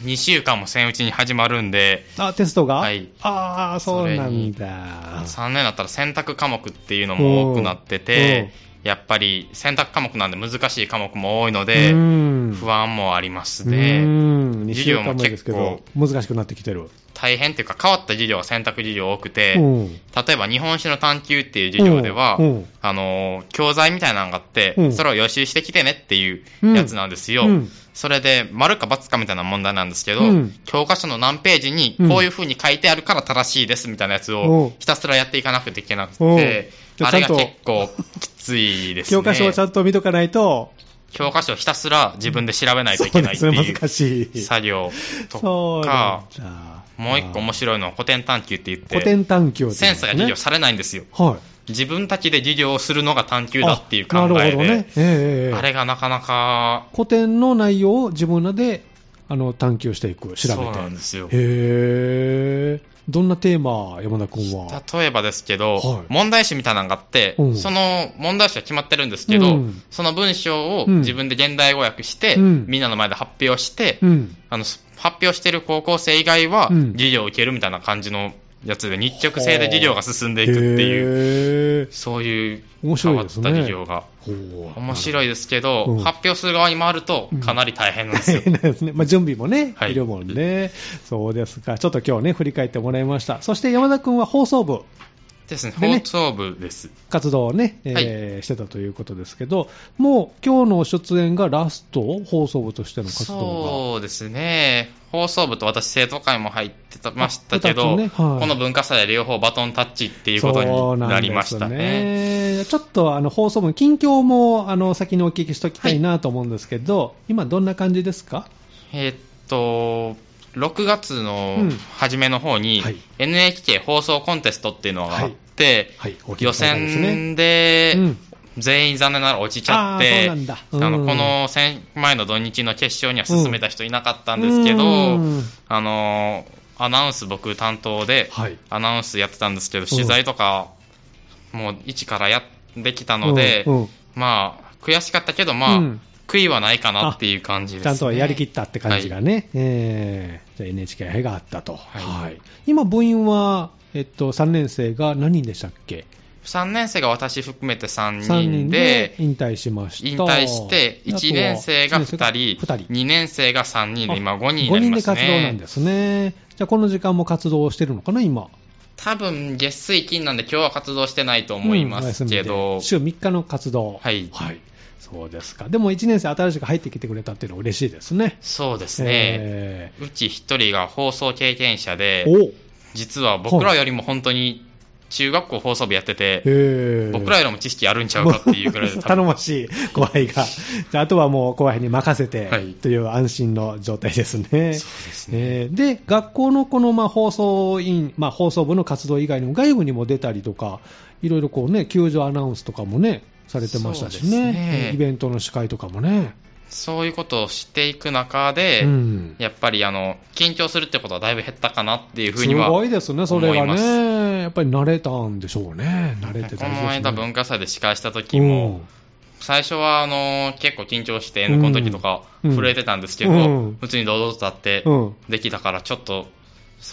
[SPEAKER 4] 2週間も戦うちに始まるんで、
[SPEAKER 1] あ、テストが
[SPEAKER 4] はい
[SPEAKER 1] ああ、そうなんだ。
[SPEAKER 4] 3年だったら選択科目っていうのも多くなってて、やっぱり選択科目なんで難しい科目も多いので、
[SPEAKER 1] 不
[SPEAKER 4] 不安もあります
[SPEAKER 1] う
[SPEAKER 4] ね。
[SPEAKER 1] ん、2週
[SPEAKER 4] 授業
[SPEAKER 1] 間
[SPEAKER 4] も
[SPEAKER 1] 前ですけど、難しくなってきてる。
[SPEAKER 4] 大変っていうか、変わった授業は選択授業多くて、
[SPEAKER 1] うん
[SPEAKER 4] 例えば日本史の探究っていう授業では
[SPEAKER 1] うんうん、
[SPEAKER 4] あのー、教材みたいなのがあって
[SPEAKER 1] うん、
[SPEAKER 4] それを予習してきてねっていうやつなんですよ。
[SPEAKER 1] うん
[SPEAKER 4] それで、丸か×かみたいな問題なんですけど、
[SPEAKER 1] うん
[SPEAKER 4] 教科書の何ページに
[SPEAKER 1] うん
[SPEAKER 4] こういう風に書いてあるから正しいですみたいなやつ
[SPEAKER 1] おう
[SPEAKER 4] をひたすらやっていかなくていけなく
[SPEAKER 1] おう
[SPEAKER 4] て、
[SPEAKER 1] じゃあ
[SPEAKER 4] あれが
[SPEAKER 1] ちゃんと
[SPEAKER 4] 結構きついですね。
[SPEAKER 1] 教科書をちゃんと見とかないと、
[SPEAKER 4] 教科書をひたすら自分で調べないとい
[SPEAKER 1] そ
[SPEAKER 4] け
[SPEAKER 1] う
[SPEAKER 4] な
[SPEAKER 1] で
[SPEAKER 4] いって
[SPEAKER 1] すね、
[SPEAKER 4] い
[SPEAKER 1] 難
[SPEAKER 4] う
[SPEAKER 1] しい。
[SPEAKER 4] 作業
[SPEAKER 1] そ
[SPEAKER 4] と
[SPEAKER 1] う
[SPEAKER 4] か
[SPEAKER 1] なん、だ
[SPEAKER 4] もう一個面白いのは古典探究って言って、
[SPEAKER 1] 古典探究
[SPEAKER 4] 先生が授業されないんですよ。
[SPEAKER 1] 業。はい。
[SPEAKER 4] 自分たちで授業をするのが探究だっていう考
[SPEAKER 1] あな
[SPEAKER 4] え
[SPEAKER 1] るほどね
[SPEAKER 4] で、
[SPEAKER 1] ええええ
[SPEAKER 4] あれがなかなか、
[SPEAKER 1] 古典の内容を自分らであの探求していく、調べて。
[SPEAKER 4] そうなんですよ。
[SPEAKER 1] へえ。どんなテーマ、山田君は。
[SPEAKER 4] 例えばですけど、
[SPEAKER 1] はい
[SPEAKER 4] 問題集みたいなのがあって、
[SPEAKER 1] うん
[SPEAKER 4] その問題集は決まってるんですけど、
[SPEAKER 1] うん
[SPEAKER 4] その文章を
[SPEAKER 1] うん
[SPEAKER 4] 自分で現代語訳して、
[SPEAKER 1] うん
[SPEAKER 4] みんなの前で発表して、
[SPEAKER 1] うん。
[SPEAKER 4] あの発表してる高校生以外は
[SPEAKER 1] うん
[SPEAKER 4] 授業を受けるみたいな感じのやつで、日直制で授業が進んでいくっていう、
[SPEAKER 1] いう。
[SPEAKER 4] そういう
[SPEAKER 1] 面白い
[SPEAKER 4] 変わっ
[SPEAKER 1] で
[SPEAKER 4] た
[SPEAKER 1] すね。
[SPEAKER 4] 授業が。
[SPEAKER 1] ほう
[SPEAKER 4] 面白いですけど、
[SPEAKER 1] うん
[SPEAKER 4] 発表する側に回ると
[SPEAKER 1] うん
[SPEAKER 4] かなり大変なんです
[SPEAKER 1] 大
[SPEAKER 4] よ。
[SPEAKER 1] 変なんです ね。まあ、準備もね、
[SPEAKER 4] はい
[SPEAKER 1] いるもんね。そうですか。ちょっと今日ね、振り返ってもらいました。そして山田君は放送部
[SPEAKER 4] ですね、
[SPEAKER 1] でね
[SPEAKER 4] 放送部です。
[SPEAKER 1] 活動をね、えーしてたということですけど、もう今日の出演がラスト放送部としての活動
[SPEAKER 4] そうですね、放送部と私、生徒会も入ってたましたけ
[SPEAKER 1] あ
[SPEAKER 4] ど、
[SPEAKER 1] 二つねはい
[SPEAKER 4] この文化祭で両方バトンタッチって
[SPEAKER 1] が。
[SPEAKER 4] いうこと
[SPEAKER 1] そう
[SPEAKER 4] に
[SPEAKER 1] ん
[SPEAKER 4] な
[SPEAKER 1] です
[SPEAKER 4] りましたね。
[SPEAKER 1] ねちょっとあの放送部の近況もあの先にお聞きしておきたいなと思うんですけど、今どんな感じですか
[SPEAKER 4] えーっと6月の
[SPEAKER 1] うん
[SPEAKER 4] 初めの方に
[SPEAKER 1] はい
[SPEAKER 4] NHK 放送コンテストっていうのがあって、
[SPEAKER 1] はいはい大きな
[SPEAKER 4] 予
[SPEAKER 1] 大会ですね
[SPEAKER 4] 選で
[SPEAKER 1] うん
[SPEAKER 4] 全員残念ながら落ちちゃっ
[SPEAKER 1] あー
[SPEAKER 4] て、
[SPEAKER 1] そうなんだ
[SPEAKER 4] あの
[SPEAKER 1] うん
[SPEAKER 4] この先前の土日の決勝には進めた人いなかったんですけど、
[SPEAKER 1] うん
[SPEAKER 4] あのアナウンス僕担当で、
[SPEAKER 1] はい
[SPEAKER 4] アナウンスやってたんですけど、
[SPEAKER 1] ん
[SPEAKER 4] 取材とか、もう一からやってきたので、
[SPEAKER 1] うんうん
[SPEAKER 4] まあ、悔しかったけど、まあ、
[SPEAKER 1] うん
[SPEAKER 4] 悔いはないかなっていう感じです、
[SPEAKER 1] ちゃ
[SPEAKER 4] ね。
[SPEAKER 1] んとやりきったって感じがね、えーじゃあ NHK 杯があったと、はい今、部員は、えっと、3年生が何人でしたっけ、
[SPEAKER 4] 3年生が私含めて3
[SPEAKER 1] 3
[SPEAKER 4] 人
[SPEAKER 1] 人で
[SPEAKER 4] で、
[SPEAKER 1] 引退しました
[SPEAKER 4] 引退して、1年生が2人、
[SPEAKER 1] 2人
[SPEAKER 4] 2年生が3人で、今5人に
[SPEAKER 1] 5
[SPEAKER 4] なり
[SPEAKER 1] 人
[SPEAKER 4] ま
[SPEAKER 1] です
[SPEAKER 4] ね。
[SPEAKER 1] 活動なんですね、じゃあこの時間も活動してるのかな、今。
[SPEAKER 4] 多分、月水金なんで今日は活動してないと思いますけ
[SPEAKER 1] うんお休み
[SPEAKER 4] ど
[SPEAKER 1] で、週3日の活動、
[SPEAKER 4] はい
[SPEAKER 1] そうですか、でも1年生、新しく入ってきてくれたっていうのは嬉しいですね。
[SPEAKER 4] そうですね。
[SPEAKER 1] え
[SPEAKER 4] うち1人が放送経験者で
[SPEAKER 1] ー、お
[SPEAKER 4] 実は僕らよりも本当に中学校放送部やってて、
[SPEAKER 1] えー
[SPEAKER 4] 僕らよりも知識あるんちゃうかっていうぐ らいで、
[SPEAKER 1] 頼もしい後輩 が、じゃああとはもう後輩に任せて
[SPEAKER 4] はい
[SPEAKER 1] という安心の状態ですね。
[SPEAKER 4] すね
[SPEAKER 1] えーで学校のこのまあ放送員、まあ、放送部の活動以外にも外部にも出たりとか、いろいろこうね、救助アナウンスとかもね、されてましたし
[SPEAKER 4] そうです
[SPEAKER 1] ね、
[SPEAKER 4] ね
[SPEAKER 1] イベントの司会とかもね。
[SPEAKER 4] そういうことをしていく中で、
[SPEAKER 1] うん
[SPEAKER 4] やっぱりあの、緊張するってことはだいぶ減ったかなっていうふう
[SPEAKER 1] す
[SPEAKER 4] には。
[SPEAKER 1] ごいですね、それが
[SPEAKER 4] 思います
[SPEAKER 1] ね。やっぱり慣れたんでしょうね。慣れて
[SPEAKER 4] こ
[SPEAKER 1] た
[SPEAKER 4] の間文化祭で司会した時
[SPEAKER 1] う
[SPEAKER 4] も
[SPEAKER 1] ん、
[SPEAKER 4] 最初はあの、結構緊張して、N コンの時とか
[SPEAKER 1] うん
[SPEAKER 4] 震えてたんですけど、
[SPEAKER 1] うん
[SPEAKER 4] 普通に堂々と立って
[SPEAKER 1] うん
[SPEAKER 4] できたから、ちょっと、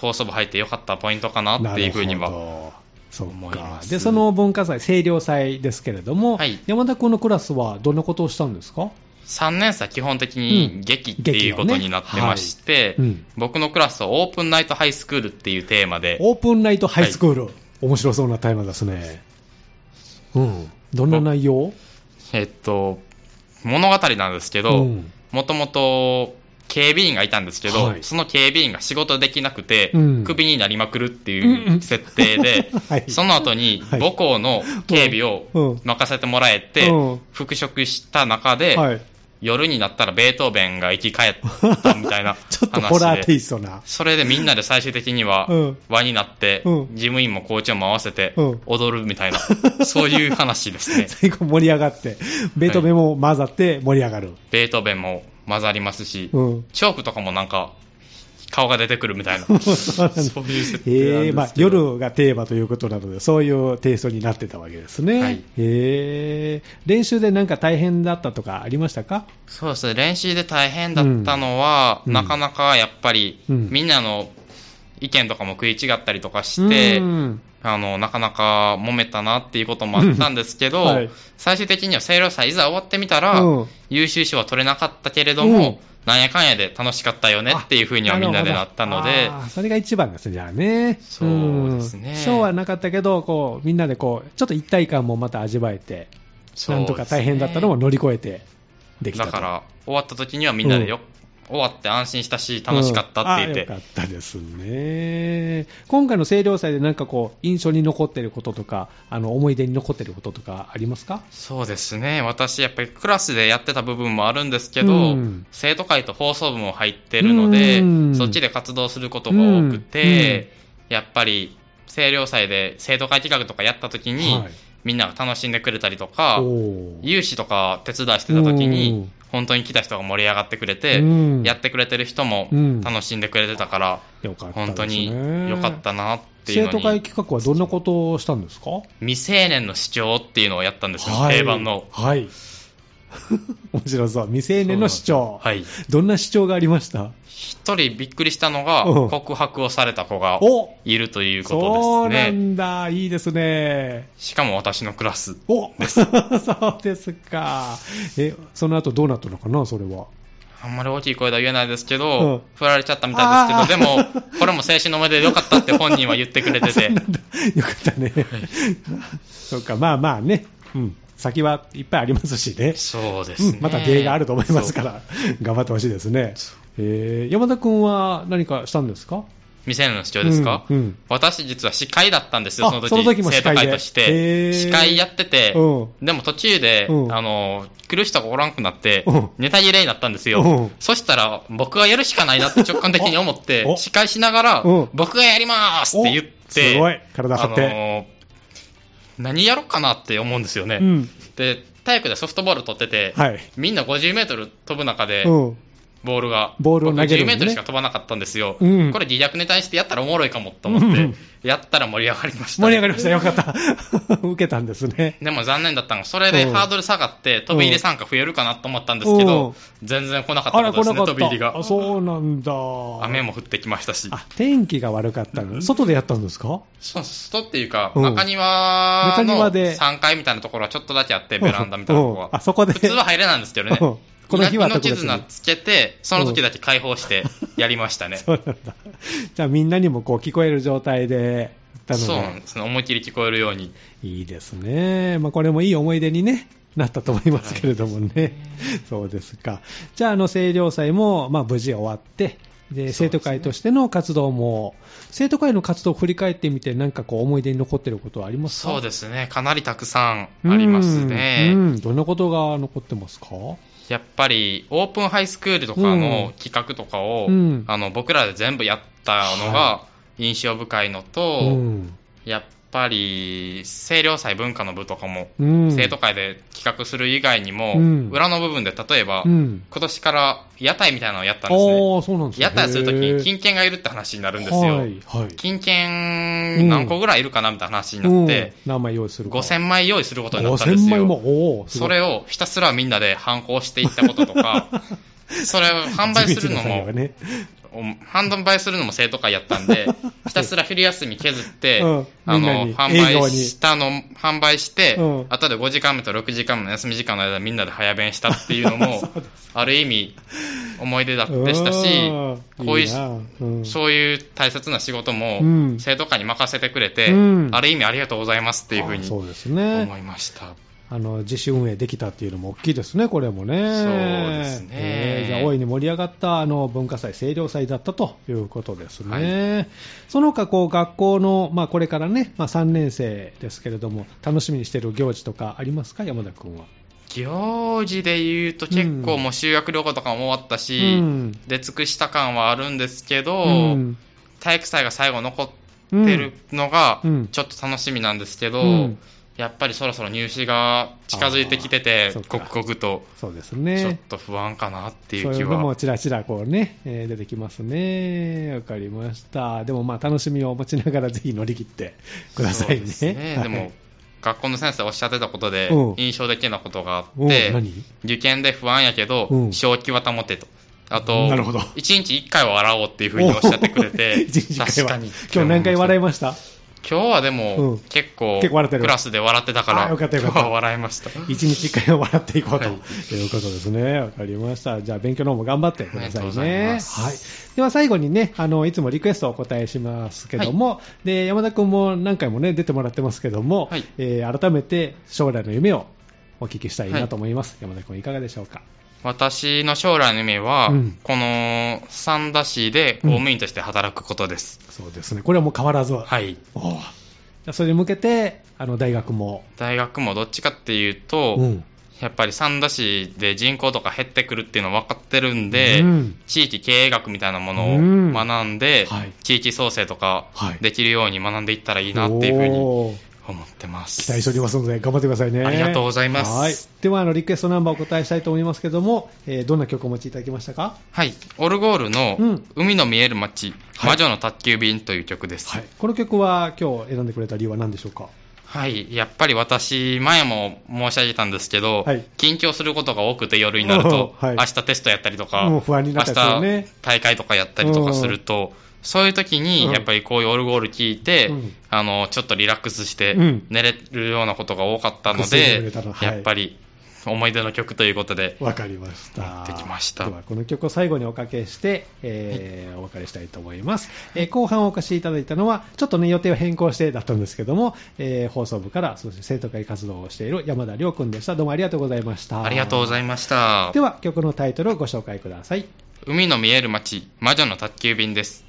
[SPEAKER 4] 放送部入ってよかったポイントかなっていうふうに
[SPEAKER 1] なる
[SPEAKER 4] は
[SPEAKER 1] ほどそう
[SPEAKER 4] 思い
[SPEAKER 1] か
[SPEAKER 4] ます
[SPEAKER 1] でその文化祭、清涼祭ですけれども、
[SPEAKER 4] はい
[SPEAKER 1] 山田君のクラスはどんなことをしたんですか、
[SPEAKER 4] 3年生は基本的
[SPEAKER 1] うん
[SPEAKER 4] に劇っていうことになってまして、
[SPEAKER 1] 劇をねはいうん
[SPEAKER 4] 僕のクラスはオープンナイトハイスクールっていうテーマで、
[SPEAKER 1] オープンナイトハイスクール、面白そうなタイマーですね、うん、どんな内容
[SPEAKER 4] えっと、物語なんですけど、
[SPEAKER 1] うん
[SPEAKER 4] もともと警備員がいたんですけど、
[SPEAKER 1] はい
[SPEAKER 4] その警備員が仕事できなくて、
[SPEAKER 1] うん
[SPEAKER 4] クビになりまくるって
[SPEAKER 1] うんう
[SPEAKER 4] い
[SPEAKER 1] ん
[SPEAKER 4] う設定 で、
[SPEAKER 1] はい
[SPEAKER 4] その後に
[SPEAKER 1] はい
[SPEAKER 4] 母校の警備を任せてもらえて、
[SPEAKER 1] うん
[SPEAKER 4] 復職した中で、
[SPEAKER 1] はい、
[SPEAKER 4] 夜になったらベートーベンが生き返ったみたいな話で
[SPEAKER 1] ちょっとホラーテイストな、
[SPEAKER 4] それでみんなで最終的には
[SPEAKER 1] うん
[SPEAKER 4] 輪になって、
[SPEAKER 1] うん
[SPEAKER 4] 事務員も校長も合わせて
[SPEAKER 1] うん。
[SPEAKER 4] 踊るみたいな、そういう話ですね
[SPEAKER 1] 最後盛り上がって、ベートーベンも混ざって盛り上がる、
[SPEAKER 4] ベートーベンも混ざりますし、
[SPEAKER 1] うん、
[SPEAKER 4] チョークとかもなんか顔が出てくるみたいな、
[SPEAKER 1] そうなんだ
[SPEAKER 4] そういう設定 なんですけど、
[SPEAKER 1] えーまあ、夜がテーマということなので、そういうテイストになってたわけですね、
[SPEAKER 4] はい
[SPEAKER 1] えー練習でなんか大変だったとかありましたか、
[SPEAKER 4] そうですね、練習で大変だったのは、
[SPEAKER 1] うん
[SPEAKER 4] なかなかやっぱり、
[SPEAKER 1] うん
[SPEAKER 4] みんなの意見とかも食い違ったりとかして、
[SPEAKER 1] うん
[SPEAKER 4] あの、なかなか揉めたなっていうこともあったんですけど、
[SPEAKER 1] うんはい
[SPEAKER 4] 最終的には清涼祭いざ終わってみたら、
[SPEAKER 1] うん
[SPEAKER 4] 優秀賞は取れなかったけれど
[SPEAKER 1] うん
[SPEAKER 4] も、なんやかんやで楽しかったよねっていうふうにはみんなでなったので
[SPEAKER 1] あ、ーそれが一番ですね、じゃあね。
[SPEAKER 4] そうですね
[SPEAKER 1] ん賞はなかったけど、こう、みんなでこう、ちょっと一体感もまた味わえて、
[SPEAKER 4] そう
[SPEAKER 1] なん
[SPEAKER 4] ですね
[SPEAKER 1] とか大変だったのを乗り越えてできた
[SPEAKER 4] だ
[SPEAKER 1] と。
[SPEAKER 4] から終わった時にはみんなでよ、終わって安心したし楽しかったって言って、
[SPEAKER 1] うんあよかったですね。今回の清涼祭でなんかこう、印象に残ってることとか、あの、思い出に残ってることとかありますか
[SPEAKER 4] そうですね私やっぱりクラスでやってた部分もあるんですけど、
[SPEAKER 1] うん
[SPEAKER 4] 生徒会と放送部も入ってるので、
[SPEAKER 1] うん
[SPEAKER 4] そっちで活動することが多くて、やっぱり清涼祭で生徒会企画とかやった時に、
[SPEAKER 1] はい
[SPEAKER 4] みんなが楽しんでくれたりとか
[SPEAKER 1] おー
[SPEAKER 4] 有志とか手伝いしてた時
[SPEAKER 1] う
[SPEAKER 4] に
[SPEAKER 1] ん
[SPEAKER 4] 本当に来た人が盛り上がってくれて、
[SPEAKER 1] うん
[SPEAKER 4] やってくれてる人も
[SPEAKER 1] うん
[SPEAKER 4] 楽しんでくれてたから、
[SPEAKER 1] よかったですね
[SPEAKER 4] 本当に良かったなってい
[SPEAKER 1] 生
[SPEAKER 4] うの
[SPEAKER 1] 徒
[SPEAKER 4] に
[SPEAKER 1] 会企画はどんなことをしたんですか
[SPEAKER 4] 未成年の主張っていうのをやったんですよ、
[SPEAKER 1] はい
[SPEAKER 4] 定番の。
[SPEAKER 1] はい面白そう未成年の主張
[SPEAKER 4] はい。
[SPEAKER 1] どんな主張がありました
[SPEAKER 4] 一人びっくりしたのが
[SPEAKER 1] うん、
[SPEAKER 4] 告白をされた子が
[SPEAKER 1] お
[SPEAKER 4] いるという
[SPEAKER 1] そ
[SPEAKER 4] こと
[SPEAKER 1] う
[SPEAKER 4] で
[SPEAKER 1] な
[SPEAKER 4] すね。
[SPEAKER 1] んだいいですね
[SPEAKER 4] しかも私のクラス。
[SPEAKER 1] お そうですかえその後どうなったのかなそれは
[SPEAKER 4] あんまり大きい声では言えないですけ
[SPEAKER 1] う
[SPEAKER 4] ど、
[SPEAKER 1] ん
[SPEAKER 4] 振られちゃったみたいですけ
[SPEAKER 1] あ
[SPEAKER 4] ど、
[SPEAKER 1] ー
[SPEAKER 4] でも、これも青春の思い出でよかったって本人は言ってくれてて
[SPEAKER 1] あそうな、んだよかったね、そうかまあまあね、うん、先はいっぱいありますしね
[SPEAKER 4] そうで
[SPEAKER 1] う
[SPEAKER 4] す
[SPEAKER 1] ん
[SPEAKER 4] ね。
[SPEAKER 1] また芸があると思いますから、頑張ってほしいですね。えー山田君は何かしたんですか
[SPEAKER 4] 未成年の主張ですか、
[SPEAKER 1] うんうん
[SPEAKER 4] 私実は司会だったんですよ、
[SPEAKER 1] あ
[SPEAKER 4] その時。
[SPEAKER 1] その時も司会で
[SPEAKER 4] 生徒会とし
[SPEAKER 1] へー
[SPEAKER 4] て。司会やってて、
[SPEAKER 1] う
[SPEAKER 4] でも途中で、
[SPEAKER 1] うん
[SPEAKER 4] あの、来る人がおらんくなって
[SPEAKER 1] うん、
[SPEAKER 4] ネタ切れになったんです
[SPEAKER 1] う
[SPEAKER 4] よ
[SPEAKER 1] ん。
[SPEAKER 4] そしたら、僕がやるしかないなって直感的に思っ
[SPEAKER 1] おお
[SPEAKER 4] て、司会しながら
[SPEAKER 1] うん、
[SPEAKER 4] 僕がやりますって言っ
[SPEAKER 1] お
[SPEAKER 4] て、
[SPEAKER 1] すごい体張って
[SPEAKER 4] あの何やろうかなって思うんですよね。
[SPEAKER 1] うん
[SPEAKER 4] で、体育でソフトボール取ってて、
[SPEAKER 1] はい
[SPEAKER 4] みんな50メートル飛ぶ中で、
[SPEAKER 1] うん
[SPEAKER 4] ボールが。
[SPEAKER 1] ボールを投げるのね
[SPEAKER 4] 僕10メートルしか飛ばなかったんですよ。
[SPEAKER 1] うん
[SPEAKER 4] これ自虐ネタにしてやったらおもろいかもと思っ
[SPEAKER 1] う
[SPEAKER 4] て
[SPEAKER 1] ん、
[SPEAKER 4] やったら盛り上がりました、
[SPEAKER 1] 盛り上がりました、よかった、 受けたんですね。
[SPEAKER 4] でも残念だったのが、それで
[SPEAKER 1] うん
[SPEAKER 4] ハードル下がって、飛び入り参加増えるかなと思ったんですけど、全然来なかったことですね、飛び入りが
[SPEAKER 1] あ。そうなんだ、
[SPEAKER 4] 雨も降ってきましたし。
[SPEAKER 1] あ天気が悪かったの、外でやったんですか
[SPEAKER 4] そう、外っていうか、
[SPEAKER 1] うん
[SPEAKER 4] 中庭
[SPEAKER 1] 中庭
[SPEAKER 4] の
[SPEAKER 1] で
[SPEAKER 4] 3階みたいなところはちょっとだけあって、ベランダみたいなとこ
[SPEAKER 1] うんあ
[SPEAKER 4] は。
[SPEAKER 1] そこで
[SPEAKER 4] 普通は入れないんですけどね。
[SPEAKER 1] うんこの日は特
[SPEAKER 4] 命
[SPEAKER 1] 別に
[SPEAKER 4] 綱つけて、その時だけ解放してやりましたね。
[SPEAKER 1] そうなんだ、じゃあみんなにもこう聞こえる状態でやったの
[SPEAKER 4] そう
[SPEAKER 1] が
[SPEAKER 4] なんですね。思いっきり聞こえるように。
[SPEAKER 1] いいですね。まあ、これもいい思い出に、ね、なったと思いますけれどもね。そうですか。じゃあ、あの、清涼祭も、まあ、無事終わって、で、生徒会としての活動も、生徒会の活動を振り返ってみて、なんかこう、思い出に残ってることはありますか
[SPEAKER 4] そう
[SPEAKER 1] す。
[SPEAKER 4] ですね、かなりたくさんあります
[SPEAKER 1] うん
[SPEAKER 4] ね。
[SPEAKER 1] うんどんなことが残ってますか
[SPEAKER 4] やっぱりオープンハイスクールとかの企画とかを、
[SPEAKER 1] うん
[SPEAKER 4] あの僕らで全部やったの
[SPEAKER 1] は
[SPEAKER 4] が印象深いのと、
[SPEAKER 1] うん。
[SPEAKER 4] やっぱり清涼祭文化の部とかも、
[SPEAKER 1] うん
[SPEAKER 4] 生徒会で企画する以外にも、
[SPEAKER 1] うん
[SPEAKER 4] 裏の部分で例えば、
[SPEAKER 1] うん。
[SPEAKER 4] 今年から屋台みたいなのをやったんですね。
[SPEAKER 1] ああ、そうなんですね。
[SPEAKER 4] 屋台するときに
[SPEAKER 1] 金
[SPEAKER 4] 金券がいるって話になるんですよ。
[SPEAKER 1] はい、はい。
[SPEAKER 4] 金券何個ぐらいいるかなみたいな話になって、
[SPEAKER 1] うん、名前用意するから
[SPEAKER 4] 5000枚用意することになったんです
[SPEAKER 1] 5000枚
[SPEAKER 4] よ。
[SPEAKER 1] も、おーすご
[SPEAKER 4] そ
[SPEAKER 1] い
[SPEAKER 4] れをひ たすらみんなで反抗していったこととか、それを販売するの
[SPEAKER 1] 地道な作業
[SPEAKER 4] も
[SPEAKER 1] が、ね
[SPEAKER 4] 半分倍するのも生徒会やったん で、ひたすら昼休み削って、
[SPEAKER 1] うん
[SPEAKER 4] あ
[SPEAKER 1] みんな
[SPEAKER 4] の、
[SPEAKER 1] に
[SPEAKER 4] 販
[SPEAKER 1] 営業
[SPEAKER 4] 売
[SPEAKER 1] に
[SPEAKER 4] したの、販売して、
[SPEAKER 1] うん
[SPEAKER 4] 後で5時間目と6時間目の休み時間の間みんなで早弁したっていう のも、ある意味思い出だでしたし、
[SPEAKER 1] うん
[SPEAKER 4] こういう
[SPEAKER 1] なうん
[SPEAKER 4] そういう大切な仕事も
[SPEAKER 1] うん
[SPEAKER 4] 生徒会に任せてくれて、
[SPEAKER 1] うん
[SPEAKER 4] ある意味ありがとうございますっていうふう
[SPEAKER 1] あそう
[SPEAKER 4] に
[SPEAKER 1] ですね
[SPEAKER 4] 思いました。
[SPEAKER 1] あの自主運営できたっていうのも大きいですね、これもね。
[SPEAKER 4] そうですね
[SPEAKER 1] えーじゃあ、大いに盛り上がったあの文化祭、清涼祭だったということですね。
[SPEAKER 4] は
[SPEAKER 1] その他こう、学校の、まあ、これからね、まあ、3年生ですけれども、楽しみにしている行事とかありますか、山田君は。
[SPEAKER 4] 行事で言うと結構もう修学旅行とかも終わったし、
[SPEAKER 1] うん
[SPEAKER 4] 出尽くした感はあるんですけど、
[SPEAKER 1] うん
[SPEAKER 4] 体育祭が最後残ってるのが
[SPEAKER 1] うん
[SPEAKER 4] ちょっと楽しみなんですけど、
[SPEAKER 1] うん
[SPEAKER 4] やっぱりそろそろ入試が近づいてきてて
[SPEAKER 1] あーそっか
[SPEAKER 4] 刻々と
[SPEAKER 1] そうです
[SPEAKER 4] ちょっ
[SPEAKER 1] ね。
[SPEAKER 4] と不安かなってい
[SPEAKER 1] そう
[SPEAKER 4] う
[SPEAKER 1] い
[SPEAKER 4] 気
[SPEAKER 1] うの
[SPEAKER 4] は
[SPEAKER 1] もちらちらこうね、えー出てきますね。わかりました。でもまあ楽しみを持ちながらぜひ乗り切ってください
[SPEAKER 4] そう
[SPEAKER 1] ね。
[SPEAKER 4] ですね
[SPEAKER 1] はい
[SPEAKER 4] でも、学校の先生おっしゃってたことで
[SPEAKER 1] うん
[SPEAKER 4] 印象的なことがあ
[SPEAKER 1] お
[SPEAKER 4] って
[SPEAKER 1] 何
[SPEAKER 4] 受験で不安やけど、
[SPEAKER 1] うん
[SPEAKER 4] 正気は保てと。あと、
[SPEAKER 1] なるほど
[SPEAKER 4] 1日1回は笑おうっていうふうにおっしゃってくれて、
[SPEAKER 1] 一日一回
[SPEAKER 4] 確
[SPEAKER 1] は
[SPEAKER 4] かに。
[SPEAKER 1] 今日何回笑い
[SPEAKER 4] ま
[SPEAKER 1] ました
[SPEAKER 4] した今日はでも、
[SPEAKER 1] うん
[SPEAKER 4] 結構
[SPEAKER 1] 結構笑ってる
[SPEAKER 4] クラスで笑ってたから、
[SPEAKER 1] あよかったよかった
[SPEAKER 4] 今日は笑いました。
[SPEAKER 1] 一日一回は笑っていこうと、
[SPEAKER 4] はい
[SPEAKER 1] ということですね。わかりました。じゃあ勉強の方も頑張ってくださ
[SPEAKER 4] ありがとうご
[SPEAKER 1] い
[SPEAKER 4] ざい
[SPEAKER 1] ね。
[SPEAKER 4] ま
[SPEAKER 1] はい。では最後にね、あの、いつもリクエストをお答えしますけども、で、山田くんも何回もね、出てもらってますけども、
[SPEAKER 4] はい
[SPEAKER 1] えー改めて将来の夢をお聞きしたいなと思います。山田くんいかがでしょうか
[SPEAKER 4] 私の将来の夢は、
[SPEAKER 1] うん
[SPEAKER 4] この三田市で公務員として働くことです。
[SPEAKER 1] そうですね。これはもう変わらず。
[SPEAKER 4] はい。
[SPEAKER 1] おーじゃあそれに向けて、あの、大学も。
[SPEAKER 4] 大学もどっちかっていうと、
[SPEAKER 1] うん
[SPEAKER 4] やっぱり三田市で人口とか減ってくるっていうの分かってるんで、
[SPEAKER 1] うん
[SPEAKER 4] 地域経営学みたいなもの
[SPEAKER 1] うん
[SPEAKER 4] を学んで、
[SPEAKER 1] はい
[SPEAKER 4] 地域創生とか
[SPEAKER 1] はい
[SPEAKER 4] できるように学んでいったらいいなっていうふうに思
[SPEAKER 1] おー
[SPEAKER 4] ってます。
[SPEAKER 1] 期待しておりますので、頑張ってくださいね。
[SPEAKER 4] ありがとうございます
[SPEAKER 1] はい。では、あの、リクエストナンバーお答えしたいと思いますけども、えーどんな曲をお持ちいただきましたか
[SPEAKER 4] はい。オルゴール
[SPEAKER 1] う
[SPEAKER 4] の
[SPEAKER 1] ん
[SPEAKER 4] 海の見える街、
[SPEAKER 1] はい
[SPEAKER 4] 魔女の宅急便という曲です。
[SPEAKER 1] はい。この曲は今日選んでくれた理由は何でしょうか
[SPEAKER 4] はい、やっぱり私、前も申し上げたんですけど、
[SPEAKER 1] はい
[SPEAKER 4] 緊張することが多くて夜になると、
[SPEAKER 1] おーはい
[SPEAKER 4] 明日テストやったりとか、
[SPEAKER 1] もう不安になったりするよね
[SPEAKER 4] 明日大会とかやったりとかすると、そういう時
[SPEAKER 1] うん
[SPEAKER 4] に、やっぱりこういうオルゴール聞いて、
[SPEAKER 1] うん
[SPEAKER 4] あの、ちょっとリラックスして
[SPEAKER 1] うん
[SPEAKER 4] 寝れるようなことが多かったの
[SPEAKER 1] ぐっすり
[SPEAKER 4] で、
[SPEAKER 1] 眠れたのはい
[SPEAKER 4] やっぱり思い出の曲ということで、
[SPEAKER 1] わかりました。
[SPEAKER 4] やってきました
[SPEAKER 1] では、この曲を最後におかけして、えーお別れしたいと思います、えー後半お越しいただいたのは、ちょっとね、予定を変更してだったんですけども、えー放送部から、そして生徒会活動をしている山田亮君でした。どうもありがとうございました。
[SPEAKER 4] ありがとうございました
[SPEAKER 1] で。は、曲のタイトルをご紹介ください。
[SPEAKER 4] 海の見える街、魔女の宅急便です。